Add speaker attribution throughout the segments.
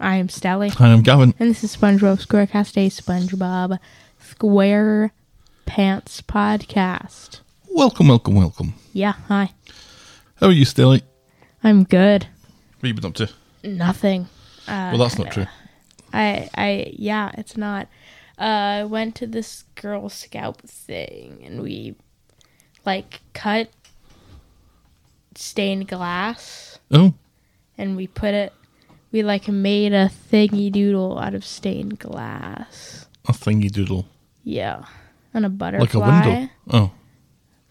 Speaker 1: Stelly.
Speaker 2: And I'm Gavin.
Speaker 1: And this is SpongeBob SquareCast, a SpongeBob SquarePants podcast.
Speaker 2: Welcome, welcome, welcome.
Speaker 1: Yeah, hi.
Speaker 2: How are you, Stilly?
Speaker 1: I'm good.
Speaker 2: What you been
Speaker 1: Uh,
Speaker 2: up to?
Speaker 1: Nothing. Uh,
Speaker 2: Well, that's not true.
Speaker 1: I, I, yeah, it's not. Uh, I went to this Girl Scout thing and we, like, cut stained glass
Speaker 2: Oh,
Speaker 1: and we put it, we, like, made a thingy doodle out of stained glass.
Speaker 2: a thingy doodle.
Speaker 1: Yeah. And a butterfly.
Speaker 2: Like a window. Oh.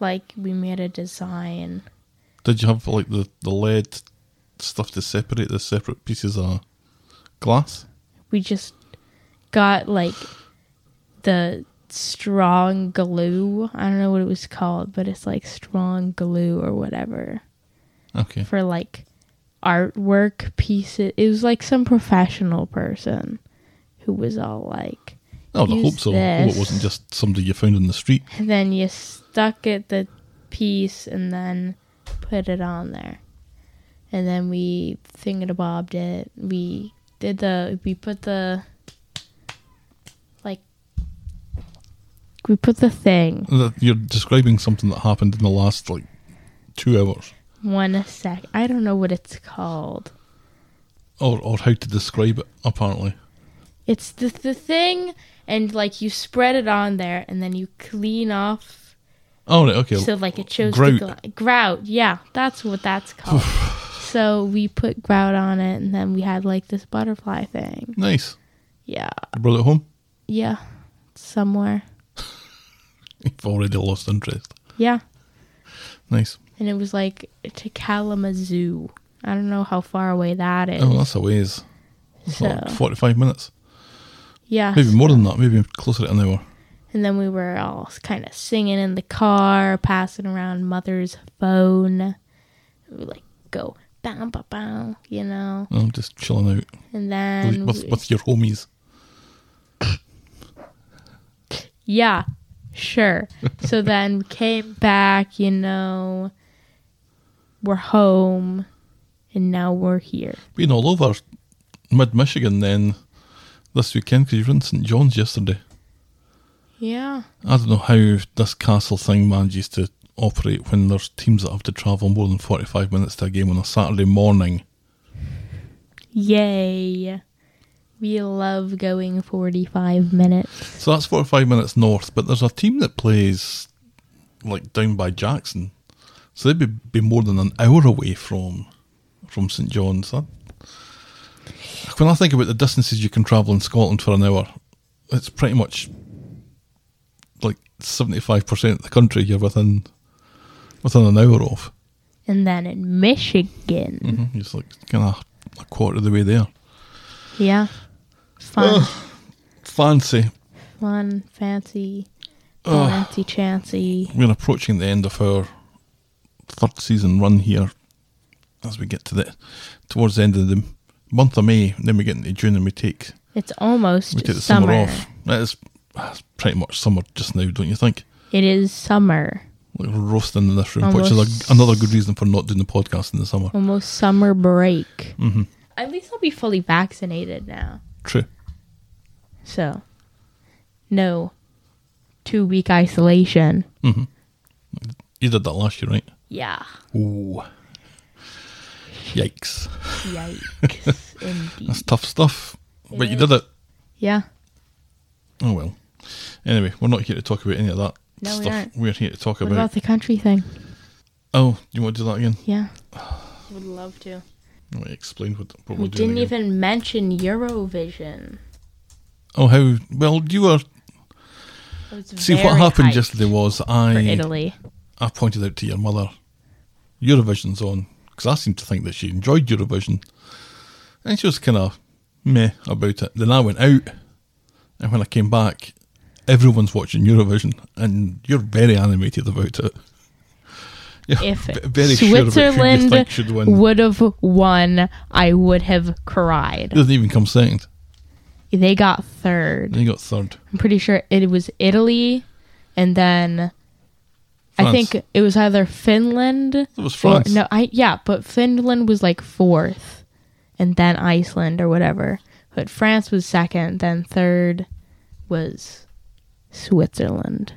Speaker 1: like we made a design.
Speaker 2: Did you have like the, the lead stuff to separate the separate pieces of glass?
Speaker 1: We just got like the strong glue. I don't know what it was called, but it's like strong glue or whatever
Speaker 2: Okay.
Speaker 1: for like artwork pieces. It was like some professional person who was all like,
Speaker 2: I would
Speaker 1: Use
Speaker 2: hope so. I hope
Speaker 1: this.
Speaker 2: it wasn't just somebody you found in the street.
Speaker 1: and then you stuck it the piece and then put it on there. And then we thingadabobbed it. We did the we put the like we put the thing
Speaker 2: That- You're describing something that happened in the last like two hours.
Speaker 1: one sec. I don't know what it's called.
Speaker 2: Or, or how to describe it, apparently.
Speaker 1: It's the the thing and like you spread it on there and then you clean off
Speaker 2: Oh, right, okay.
Speaker 1: so like it shows the
Speaker 2: grout.
Speaker 1: gla- grout. Yeah, that's what that's called. so we put grout on it and then we had like this butterfly thing.
Speaker 2: Nice.
Speaker 1: Yeah.
Speaker 2: You brought it home?
Speaker 1: Yeah. Somewhere.
Speaker 2: You've already lost interest.
Speaker 1: Yeah.
Speaker 2: Nice.
Speaker 1: And it was like to Kalamazoo. I don't know how far away that is.
Speaker 2: Oh, that's a ways. That's like
Speaker 1: So-
Speaker 2: 45 minutes.
Speaker 1: yeah.
Speaker 2: Maybe more than that. Maybe closer to an hour.
Speaker 1: And then we were all kind of singing in the car, passing around mother's phone. We like go bam, bam, bam, you know.
Speaker 2: I'm just chilling out
Speaker 1: And then
Speaker 2: with,
Speaker 1: we-
Speaker 2: with your homies.
Speaker 1: Yeah, sure. so then we came back, you know, we're home, and now we're here.
Speaker 2: Being all over mid Michigan then this weekend because you were in St John's yesterday.
Speaker 1: Yeah.
Speaker 2: I don't know how this castle thing manages to operate when there's teams that have to travel more than 45 minutes to a game on a Saturday morning.
Speaker 1: Yay. We love going 45 minutes.
Speaker 2: So that's 45 minutes north, but there's a team that plays like down by Jackson. So they'd be, be more than an hour away from from St John's. That- when I think about the distances you can travel in Scotland for an hour, it's pretty much like 75% of the country you're within within an hour of.
Speaker 1: And then in Michigan.
Speaker 2: Mm-hmm. It's like kind of a quarter of the way there.
Speaker 1: Yeah. Fun,
Speaker 2: Fancy.
Speaker 1: fun, fancy,
Speaker 2: Ugh.
Speaker 1: fancy, chancy.
Speaker 2: We're approaching the end of our third season run here as we get to the towards the end of the month of May, then we get into June and we take
Speaker 1: It's almost
Speaker 2: we take the
Speaker 1: summer.
Speaker 2: summer, off. That is that's pretty much summer just now, don't you think?
Speaker 1: It is summer.
Speaker 2: Like roasting in this room, which
Speaker 1: Almost.
Speaker 2: is a, another good reason for not doing the podcast in the summer.
Speaker 1: Almost summer break. Mm-hmm. At least I'll be fully vaccinated now.
Speaker 2: True.
Speaker 1: So, no two week isolation.
Speaker 2: You did that last year, right?
Speaker 1: Yeah.
Speaker 2: Ooh. Yikes.
Speaker 1: Yikes. Indeed.
Speaker 2: That's tough stuff. But you
Speaker 1: It
Speaker 2: did it.
Speaker 1: Yeah.
Speaker 2: Oh well. Anyway, we're not here to talk about any of that
Speaker 1: No, we
Speaker 2: stuff.
Speaker 1: aren't.
Speaker 2: are here to talk
Speaker 1: What
Speaker 2: about,
Speaker 1: about the country thing?
Speaker 2: Oh, you want to do that again?
Speaker 1: Yeah. Would love to.
Speaker 2: Let me explain what, what
Speaker 1: We
Speaker 2: we're doing.
Speaker 1: didn't
Speaker 2: again.
Speaker 1: even mention Eurovision.
Speaker 2: Oh, how well you were.
Speaker 1: It was
Speaker 2: See what
Speaker 1: very
Speaker 2: happened
Speaker 1: hyped
Speaker 2: yesterday was
Speaker 1: for
Speaker 2: I
Speaker 1: Italy.
Speaker 2: I pointed out to your mother, Eurovision's on because I seemed to think that she enjoyed Eurovision, and she was kind of meh about it. Then I went out, and when I came back, everyone's watching Eurovision, and you're very animated about it. You're
Speaker 1: If
Speaker 2: v- very sure about who you
Speaker 1: Switzerland
Speaker 2: think should win.
Speaker 1: would have won, I would have
Speaker 2: It
Speaker 1: cried.
Speaker 2: doesn't even come second.
Speaker 1: They got third.
Speaker 2: Then you got third.
Speaker 1: I'm pretty sure it was Italy, and then I
Speaker 2: France.
Speaker 1: think it was either Finland.
Speaker 2: It was
Speaker 1: or-
Speaker 2: France.
Speaker 1: no, I yeah, but Finland was like fourth, and then Iceland or whatever. But France was second, then third was Switzerland.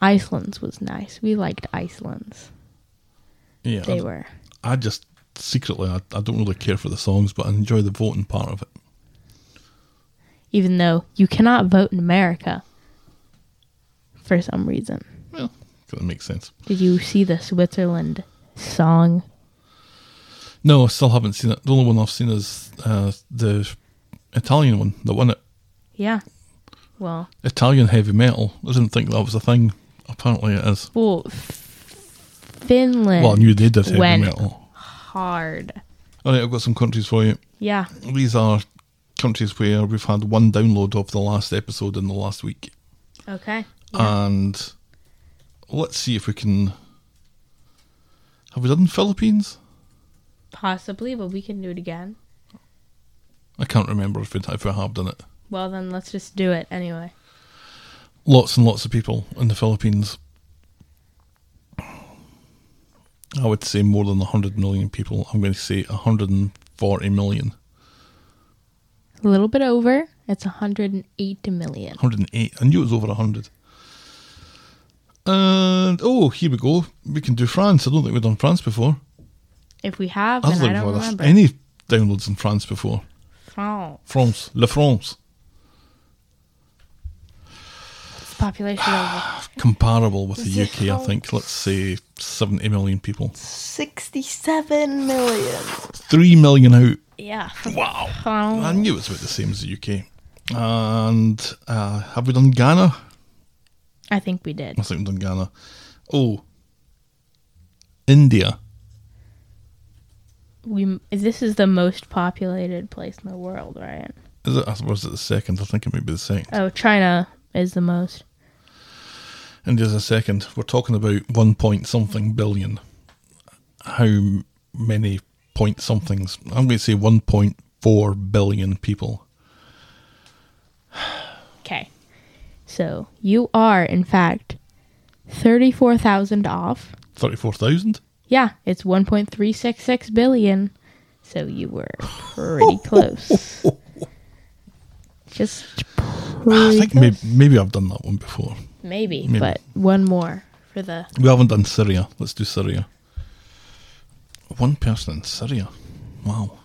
Speaker 1: Iceland's was nice. We liked Iceland's.
Speaker 2: Yeah,
Speaker 1: They
Speaker 2: I,
Speaker 1: were.
Speaker 2: I just secretly, I, I don't really care for the songs, but I enjoy the voting part of it.
Speaker 1: Even though you cannot vote in America for some reason.
Speaker 2: Well, 'cause it makes sense.
Speaker 1: Did you see the Switzerland song?
Speaker 2: No, I still haven't seen it. The only one I've seen is uh, the Italian one, the one at
Speaker 1: Yeah. Well,
Speaker 2: Italian heavy metal. I didn't think that was a thing. Apparently, it is.
Speaker 1: well, F- Finland
Speaker 2: Well, I knew they did heavy
Speaker 1: When-
Speaker 2: metal.
Speaker 1: hard.
Speaker 2: All right, I've got some countries for you.
Speaker 1: Yeah.
Speaker 2: These are countries where we've had one download of the last episode in the last week.
Speaker 1: Okay.
Speaker 2: And let's see if we can. Have we done Philippines?
Speaker 1: Possibly, but we can do it again.
Speaker 2: I can't remember if we, if we have done it.
Speaker 1: Well, then let's just do it anyway.
Speaker 2: Lots and lots of people in the Philippines. I would say more than 100 million people. I'm going to say 140 million.
Speaker 1: A little bit over. It's 108 million.
Speaker 2: 108. I knew it was over 100. And, oh, here we go. We can do France. I don't think we've done France before.
Speaker 1: If we have,
Speaker 2: I don't
Speaker 1: then I
Speaker 2: think
Speaker 1: don't
Speaker 2: we've had
Speaker 1: remember.
Speaker 2: any downloads in France before.
Speaker 1: France.
Speaker 2: France. La France.
Speaker 1: It's population of
Speaker 2: Comparable with the UK, I think. Let's say 70 million people.
Speaker 1: 67 million.
Speaker 2: 3 million out.
Speaker 1: Yeah.
Speaker 2: Wow.
Speaker 1: France.
Speaker 2: I knew it was about the same as the UK. And uh, have we done Ghana?
Speaker 1: I think we did.
Speaker 2: I think we've done Ghana. Oh, India.
Speaker 1: We this is the most populated place in the world, right?
Speaker 2: Is it? I suppose it's the second. I think it might be the second.
Speaker 1: Oh, China is the most.
Speaker 2: India's the second. We're talking about one point something billion. How many point somethings? I'm going to say 1.4 billion people.
Speaker 1: Okay. So, you are in fact 34,000 off.
Speaker 2: 34,000?
Speaker 1: Yeah, it's 1.366 billion. So you were pretty close. Just
Speaker 2: I
Speaker 1: pretty
Speaker 2: think
Speaker 1: close.
Speaker 2: maybe, maybe I've done that one before.
Speaker 1: Maybe,
Speaker 2: maybe.
Speaker 1: but one more for the
Speaker 2: We haven't done Syria. Let's do Syria. One person in Syria. Wow.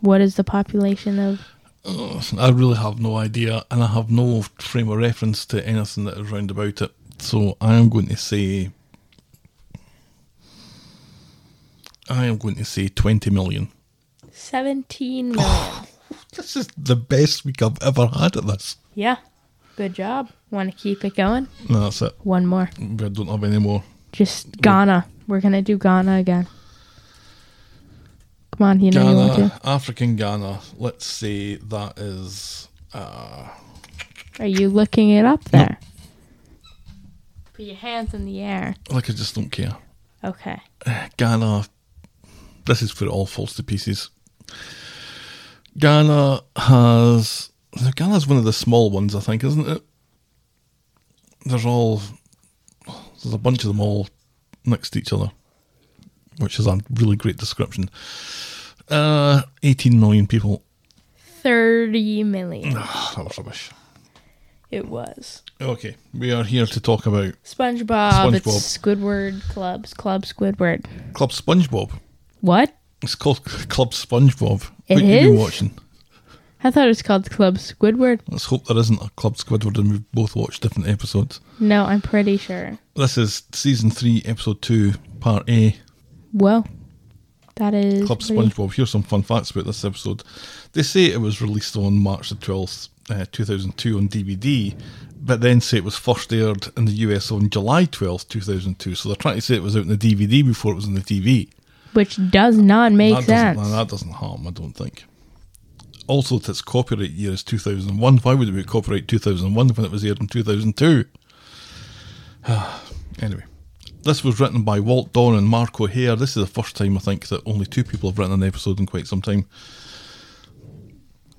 Speaker 1: what is the population of
Speaker 2: Ugh, I really have no idea, and I have no frame of reference to anything that is round about it. So I am going to say. I am going to say 20 million.
Speaker 1: 17 million?
Speaker 2: This is the best week I've ever had at this.
Speaker 1: yeah. Good job. Want to keep it going?
Speaker 2: No, that's it.
Speaker 1: One more.
Speaker 2: We don't have any more.
Speaker 1: Just Ghana. We're going to do Ghana again. Come on, you know you want
Speaker 2: Ghana,
Speaker 1: to.
Speaker 2: African Ghana. Let's say that is. Uh,
Speaker 1: Are you looking it up there? Put your hands in the air.
Speaker 2: like, I just don't care.
Speaker 1: Okay.
Speaker 2: Ghana. This is where it all falls to pieces. Ghana has. now, Ghana's one of the small ones, I think, isn't it? There's all. There's a bunch of them all next to each other, which is a really great description. Uh, 18 million people.
Speaker 1: 30 million.
Speaker 2: Ah, that was rubbish.
Speaker 1: It was.
Speaker 2: Okay, we are here to talk about
Speaker 1: SpongeBob, it's
Speaker 2: SpongeBob.
Speaker 1: Squidward Clubs, Club Squidward.
Speaker 2: Club SpongeBob.
Speaker 1: What?
Speaker 2: It's called Club SpongeBob.
Speaker 1: It
Speaker 2: what have you been
Speaker 1: is?
Speaker 2: watching?
Speaker 1: I thought it was called Club Squidward.
Speaker 2: Let's hope there isn't a Club Squidward and we've both watched different episodes.
Speaker 1: No, I'm pretty sure.
Speaker 2: This is season three, episode two, part A.
Speaker 1: Well, that is
Speaker 2: Club
Speaker 1: pretty-
Speaker 2: SpongeBob. Here's some fun facts about this episode. They say it was released on March the 12th, uh, 2002, on DVD, but then say it was first aired in the US on July 12th, 2002. So they're trying to say it was out in the DVD before it was on the TV.
Speaker 1: which does not make
Speaker 2: that
Speaker 1: sense.
Speaker 2: Doesn't, that doesn't harm, I don't think. Also, that its copyright year is 2001. Why would it copyright 2001 when it was aired in 2002? anyway, this was written by Walt Dawn and Mark O'Hare. This is the first time, I think, that only two people have written an episode in quite some time.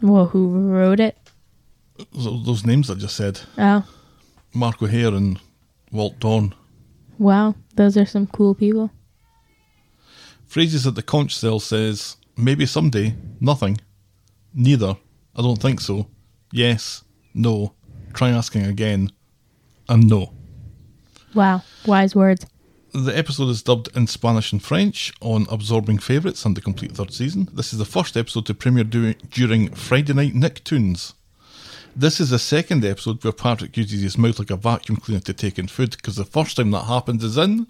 Speaker 1: well, who wrote it?
Speaker 2: Th- Those names I just said
Speaker 1: Oh,
Speaker 2: Mark O'Hare and Walt Dawn.
Speaker 1: wow. Those are some cool people.
Speaker 2: Phrases that the conch cell says, maybe someday, nothing, Neither. I don't think so. Yes. No. Try asking again. And no.
Speaker 1: Wow, wise words.
Speaker 2: The episode is dubbed in Spanish and French on Absorbing Favourites and the complete third season. This is the first episode to premiere du- during Friday Night Nicktoons. This is the second episode where Patrick uses his mouth like a vacuum cleaner to take in food because the first time that happens is in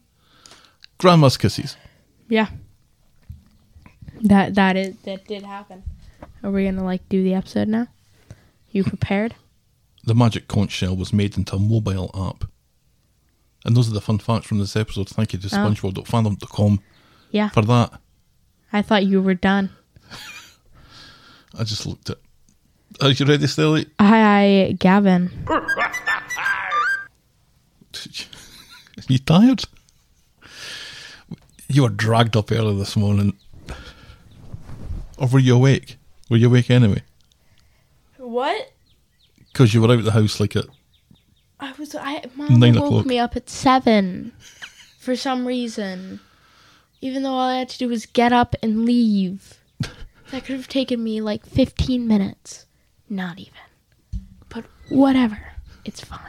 Speaker 2: Grandma's Kisses.
Speaker 1: Yeah. That that is that did happen. Are we gonna like do the episode now? You prepared?
Speaker 2: The magic conch shell was made into a mobile app. And those are the fun facts from this episode. Thank you to spongebob.fandom.com
Speaker 1: Yeah.
Speaker 2: for that.
Speaker 1: I thought you were done.
Speaker 2: I just looked at. Are you ready, Stelly?
Speaker 1: Hi, Gavin.
Speaker 2: you tired? You were dragged up early this morning. Or were you awake? Were you awake anyway?
Speaker 1: What?
Speaker 2: Because you were out of the house like at
Speaker 1: I was I mom
Speaker 2: Nine
Speaker 1: woke
Speaker 2: o'clock.
Speaker 1: me up at seven for some reason. Even though all I had to do was get up and leave. That could have taken me like fifteen minutes. Not even. But whatever. It's fine.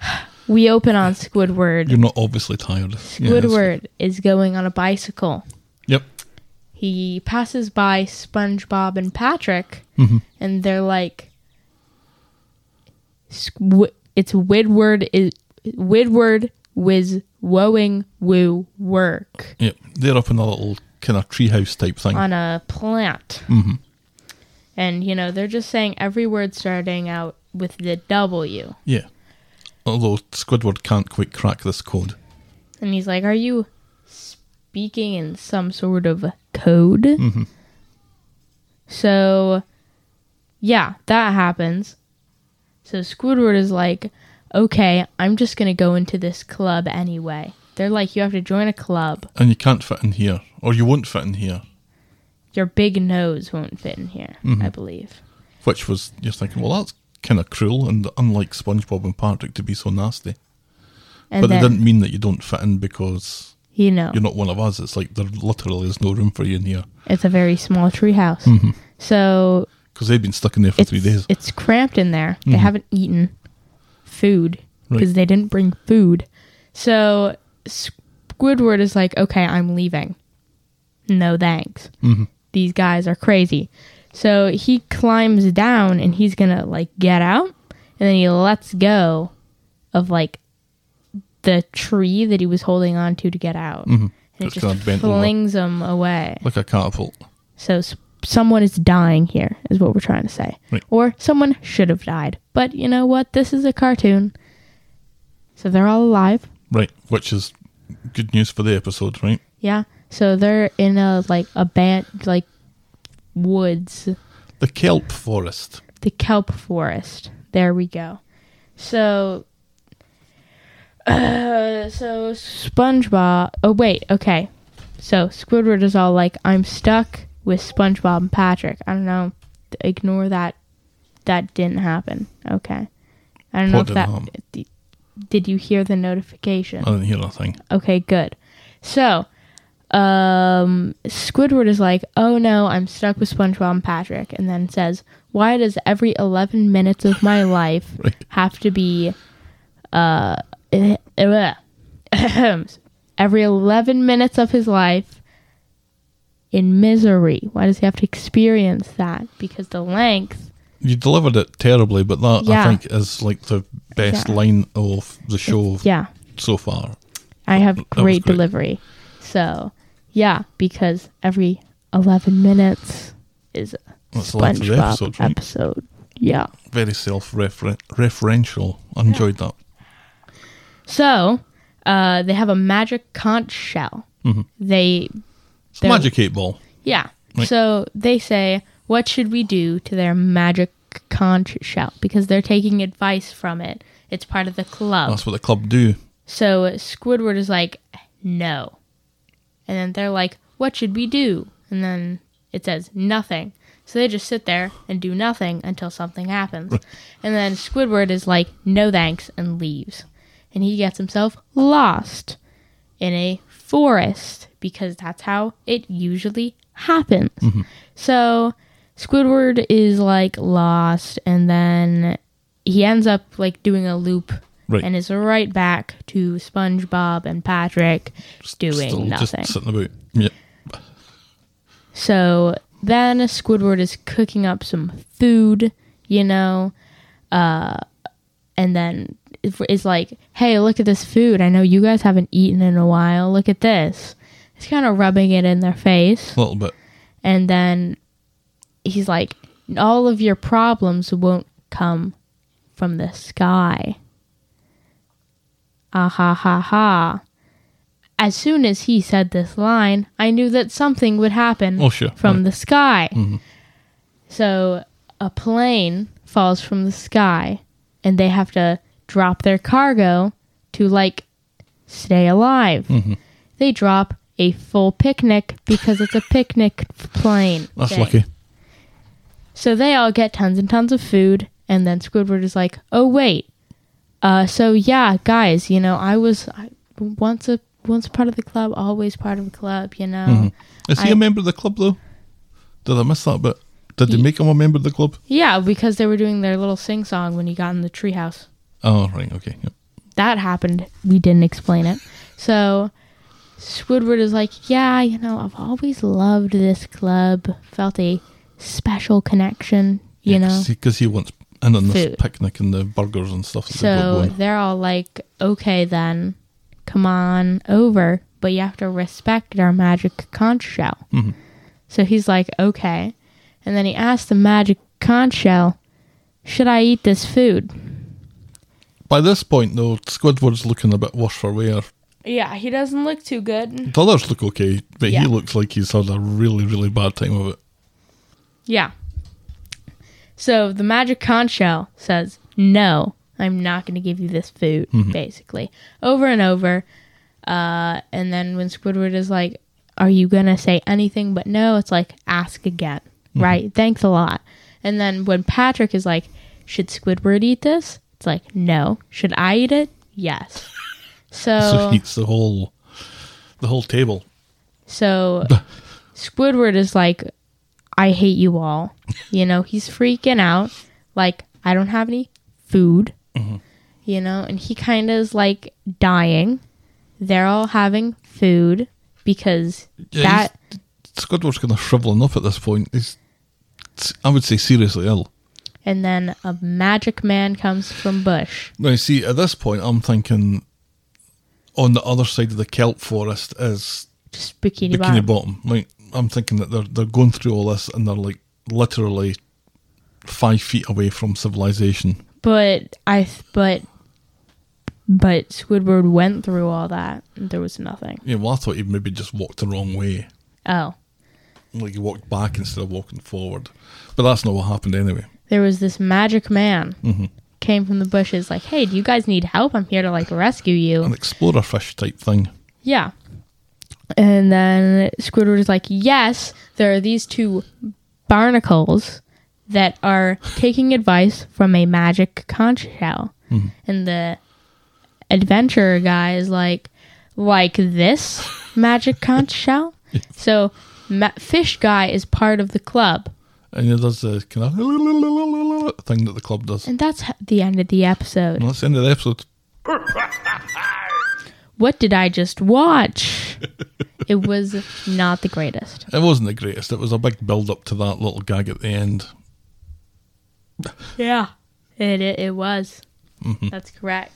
Speaker 1: We open on Squidward.
Speaker 2: You're not obviously tired. Yeah, that's-
Speaker 1: Squidward is going on a bicycle.
Speaker 2: yep.
Speaker 1: he passes by SpongeBob and Patrick,
Speaker 2: Mm-hmm.
Speaker 1: and they're like, Squ- "It's Widward is Widward whiz woeing woo work
Speaker 2: Yep. They're up in a little kind of treehouse type thing.
Speaker 1: on a plant,"
Speaker 2: Mm-hmm.
Speaker 1: and you know they're just saying every word starting out with the W,
Speaker 2: yeah. Although Squidward can't quite crack this code.
Speaker 1: and he's like, "Are you speaking in some sort of code?" So, yeah, that happens. So Squidward is like, okay, I'm just going to go into this club anyway. They're like, you have to join a club.
Speaker 2: And you can't fit in here. Or you won't fit in here.
Speaker 1: Your big nose won't fit in here, I believe.
Speaker 2: Which was, you're thinking, well, that's kind of cruel and unlike SpongeBob and Patrick to be so nasty.
Speaker 1: And
Speaker 2: but
Speaker 1: then,
Speaker 2: it didn't mean that you don't fit in because
Speaker 1: you know,
Speaker 2: you're not one of us. It's like there literally is no room for you in here
Speaker 1: it's a very small treehouse. So
Speaker 2: because they've been stuck in there for
Speaker 1: it's,
Speaker 2: three days. Mm-hmm.
Speaker 1: it's cramped in there. They haven't eaten food because
Speaker 2: Right.
Speaker 1: they didn't bring food. So Squidward is like, okay, I'm leaving. No thanks.
Speaker 2: Mm-hmm.
Speaker 1: These guys are crazy. So he climbs down and he's going to like get out and then he lets go of like the tree that he was holding on to to get out. And it
Speaker 2: Mm-hmm. It's
Speaker 1: just
Speaker 2: kinda bent over.
Speaker 1: flings him away.
Speaker 2: Like a catapult.
Speaker 1: So s- someone is dying here, is what we're trying to say.
Speaker 2: Right.
Speaker 1: Or someone should have died. But you know what? This is a cartoon. So they're all alive.
Speaker 2: Right. Which is good news for the episode, right?
Speaker 1: Yeah. So they're in a like a band like woods,
Speaker 2: The kelp forest.
Speaker 1: the kelp forest. There we go. So uh, so SpongeBob. Oh wait, okay. So Squidward is all like, "I'm stuck with SpongeBob and Patrick." I don't know. Ignore that. That didn't happen. Okay. I don't know
Speaker 2: What
Speaker 1: if that.
Speaker 2: didn't
Speaker 1: d- Did you hear the notification?
Speaker 2: I didn't hear a thing.
Speaker 1: Okay, good. So, um, Squidward is like, "Oh no, I'm stuck with SpongeBob and Patrick," and then says, "Why does every 11 minutes of my life
Speaker 2: Right.
Speaker 1: have to be, uh, every 11 minutes of his life in misery? Why does he have to experience that? Because the length,
Speaker 2: You delivered it terribly, but that
Speaker 1: Yeah.
Speaker 2: I think is like the best
Speaker 1: Yeah.
Speaker 2: line of the show
Speaker 1: yeah."
Speaker 2: so far.
Speaker 1: I have
Speaker 2: was
Speaker 1: great,
Speaker 2: great.
Speaker 1: delivery. So, yeah, because every 11 minutes is a
Speaker 2: That's the length of the
Speaker 1: SpongeBob episode,
Speaker 2: episode, right?
Speaker 1: Yeah.
Speaker 2: Very self referential. I enjoyed that.
Speaker 1: So, uh, they have a magic conch shell.
Speaker 2: Mm-hmm.
Speaker 1: They,
Speaker 2: It's
Speaker 1: There-
Speaker 2: Magic 8 Ball.
Speaker 1: yeah.
Speaker 2: Right.
Speaker 1: So, they say, what should we do to their magic conch shell? Because they're taking advice from it. It's part of the club.
Speaker 2: That's what the club do.
Speaker 1: So Squidward is like, no. And then they're like, what should we do? And then it says nothing. So they just sit there and do nothing until something happens. And then Squidward is like, no thanks, and leaves. And he gets himself lost in a
Speaker 2: Mm-hmm.
Speaker 1: forest because that's how it usually happens. So Squidward is like lost, and then he ends up like doing a loop
Speaker 2: Right.
Speaker 1: and is right back to SpongeBob and Patrick doing
Speaker 2: Still
Speaker 1: nothing.
Speaker 2: just sitting about. Yeah.
Speaker 1: So then Squidward is cooking up some food, you know, uh, and then it- it's like, hey, look at this food. I know you guys haven't eaten in a while. Look at this. It's kind of rubbing it in their face.
Speaker 2: A little bit.
Speaker 1: And then he's like, all of your problems won't come from the sky. Ah ha ha ha. As soon as he said this line, I knew that something would happen
Speaker 2: Oh, sure.
Speaker 1: from
Speaker 2: Right. Mm-hmm.
Speaker 1: the sky. So a plane falls from the sky and they have to drop their cargo to like stay alive.
Speaker 2: Mm-hmm.
Speaker 1: They drop a full picnic because it's a picnic plane.
Speaker 2: That's
Speaker 1: thing.
Speaker 2: lucky.
Speaker 1: So they all get tons and tons of food, and then Squidward is like, "Oh wait, uh, so yeah, guys, you know, I was I, once a once part of the club, always part of the club, you know.
Speaker 2: Is he a
Speaker 1: I-
Speaker 2: member of the club though? Did I miss that bit? Did they
Speaker 1: Ye-
Speaker 2: make him a member of the club?
Speaker 1: Yeah, because they were doing their little sing song when he got in the treehouse.
Speaker 2: Oh, right. Okay. Yep.
Speaker 1: That happened. We didn't explain it. So Squidward is like, yeah, you know, I've always loved this club. Felt a special connection, you know.
Speaker 2: because he wants in on this
Speaker 1: Food.
Speaker 2: picnic and the burgers and stuff. That they've got
Speaker 1: So
Speaker 2: going.
Speaker 1: they're all like, okay, then, come on over, but you have to respect our magic conch shell.
Speaker 2: Mhm.
Speaker 1: So he's like, okay. And then he asks the magic conch shell, should I eat this food?
Speaker 2: By this point, though, Squidward's looking a bit worse for wear.
Speaker 1: Yeah, he doesn't look too good.
Speaker 2: The others look okay, but
Speaker 1: Yeah.
Speaker 2: he looks like he's had a really, really bad time of it.
Speaker 1: Yeah. So the magic conch shell says, no, I'm not going to give you this food, basically, over and over. Uh, and then when Squidward is like, are you going to say anything but no? It's like, ask again, right? Thanks a lot. And then when Patrick is like, should Squidward eat this? It's like, no. Should I eat it? Yes.
Speaker 2: So
Speaker 1: So,
Speaker 2: he eats the whole, the whole table.
Speaker 1: so Squidward is like, I hate you all. You know, he's freaking out. Like, I don't have any food. You know, and he kind of is like dying. They're all having food because
Speaker 2: Yeah,
Speaker 1: that,
Speaker 2: Squidward's kind of shriveling up at this point. He's, I would say, seriously ill.
Speaker 1: and then a magic man comes from Bush.
Speaker 2: Now, you see, at this point, I'm thinking on the other side of the kelp forest is
Speaker 1: Just bikini, bottom.
Speaker 2: Bikini Bottom. Like, I'm thinking that they're they're going through all this and they're like literally five feet away from civilization.
Speaker 1: But I, th- but, but Squidward went through all that. And there was nothing.
Speaker 2: Yeah, well, I thought he maybe just walked the wrong way,
Speaker 1: Oh.
Speaker 2: like he walked back instead of walking forward. But that's not what happened anyway.
Speaker 1: there was this magic man came from the bushes like hey do you guys need help i'm here to like rescue you
Speaker 2: An explorer fish type thing.
Speaker 1: yeah and then squidward is like yes there are these two barnacles that are taking advice from a magic conch shell and the adventurer guy is like like this magic conch shell so ma- fish guy is part of the club
Speaker 2: And he does the kind of thing that the club does.
Speaker 1: and that's h- the end of the episode
Speaker 2: And that's the end of the episode.
Speaker 1: what did I just watch? it was not the greatest.
Speaker 2: It wasn't the greatest. It was a big build up to that little gag at the end.
Speaker 1: Yeah. It it, it was. That's correct.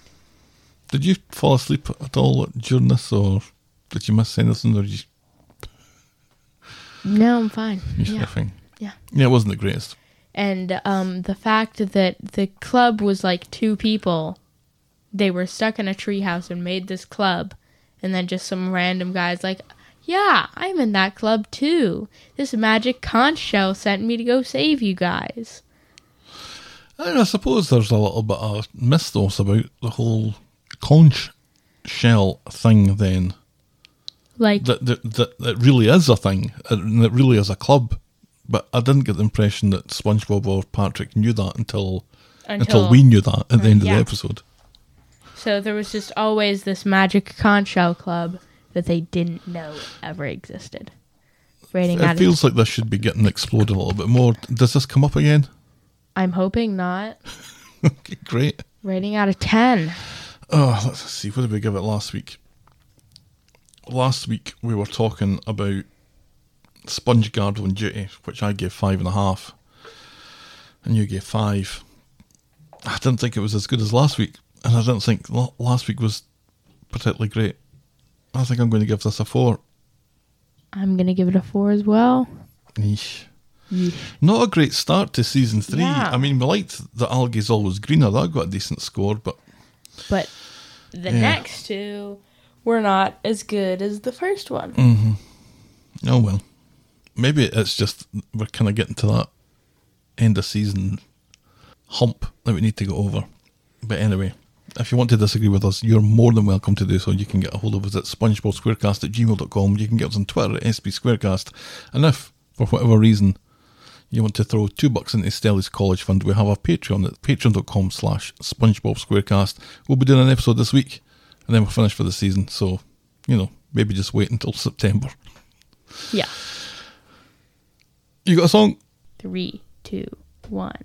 Speaker 2: Did you fall asleep at all during this, or did you miss anything, or you,
Speaker 1: No, I'm fine.
Speaker 2: you
Speaker 1: Yeah.
Speaker 2: sniffing?
Speaker 1: Yeah.
Speaker 2: Yeah, it wasn't the greatest.
Speaker 1: And um the fact that the club was like two people, they were stuck in a treehouse and made this club and then just some random guys like yeah, I'm in that club too. This magic conch shell sent me to go save you guys.
Speaker 2: And I suppose there's a little bit of mythos about the whole conch shell thing. Then
Speaker 1: Like
Speaker 2: that that that, that really is a thing, and it really is a club. But I didn't get the impression that SpongeBob or Patrick knew that until until, we knew that at the end of
Speaker 1: yeah.
Speaker 2: the episode.
Speaker 1: So there was just always this magic conch shell club that they didn't know ever existed. rating
Speaker 2: It
Speaker 1: out of
Speaker 2: feels like this should be getting explored a little bit more. Does this come up again?
Speaker 1: I'm hoping not.
Speaker 2: okay, great.
Speaker 1: Rating out of ten.
Speaker 2: Oh, let's see. What did we give it last week? Last week we were talking about Sponge Guard on Duty, which I gave five and a half, and you gave five. I didn't think it was as good as last week, and I didn't think la- last week was particularly great. I think I'm going to give this a four.
Speaker 1: I'm gonna give it a four as well.
Speaker 2: Yeesh. Not a great start to season three.
Speaker 1: Yeah.
Speaker 2: I mean, we liked the algae's always greener. That got a decent score, but
Speaker 1: But the
Speaker 2: Yeah.
Speaker 1: next two were not as good as the first one.
Speaker 2: Mm. Oh well, maybe it's just we're kind of getting to that end of season hump that we need to go over. But anyway, if you want to disagree with us, you're more than welcome to do so. You can get a hold of us at spongebobsquarecast at gmail.com. You can get us on Twitter at sbsquarecast. And if, for whatever reason, you want to throw two bucks into Stelly's College Fund, we have a Patreon at patreon.com slash spongebobsquarecast. We'll be doing an episode this week, and then we're finished for the season. So, you know, maybe just wait until September.
Speaker 1: Yeah.
Speaker 2: You got a song?
Speaker 1: Three, two, one.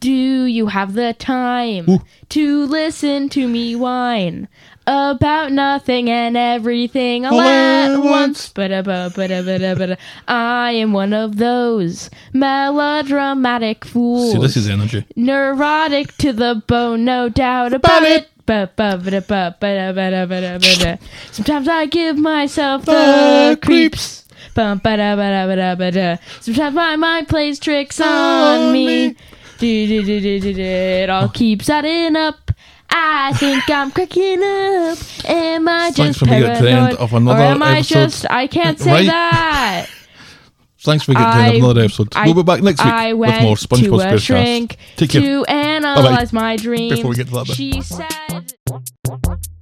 Speaker 1: Do you have the time
Speaker 2: Ooh.
Speaker 1: to listen to me whine about nothing and everything all at once? Ba-da-ba, ba-da-ba-da, ba-da. I am one of those melodramatic fools.
Speaker 2: See, this is energy.
Speaker 1: Neurotic to the bone, no doubt about
Speaker 2: it.
Speaker 1: it. Ba- ba- ba- da- ba- ba- da- ba- da- ba- da- ba- da. Sometimes I give myself
Speaker 2: The
Speaker 1: the creeps. Bum, ba- da- ba- da- ba- da- ba- da. Sometimes my mind plays tricks on me. Do, do, do, do, do, do. It all keeps adding up. I think I'm cracking up. Am I
Speaker 2: Thanks
Speaker 1: just
Speaker 2: for making it to the end
Speaker 1: paranoid?
Speaker 2: of
Speaker 1: Or
Speaker 2: another
Speaker 1: am I
Speaker 2: episode. Uh,
Speaker 1: just. I can't say
Speaker 2: Right?
Speaker 1: that.
Speaker 2: Thanks for getting to the end of
Speaker 1: I-
Speaker 2: another episode.
Speaker 1: I-
Speaker 2: we'll be back next week
Speaker 1: I
Speaker 2: with
Speaker 1: went
Speaker 2: more SpongeBob
Speaker 1: to a
Speaker 2: Squarecast.
Speaker 1: shrink
Speaker 2: Take care.
Speaker 1: to analyze my dreams.
Speaker 2: Before we get to that bit.
Speaker 1: she said.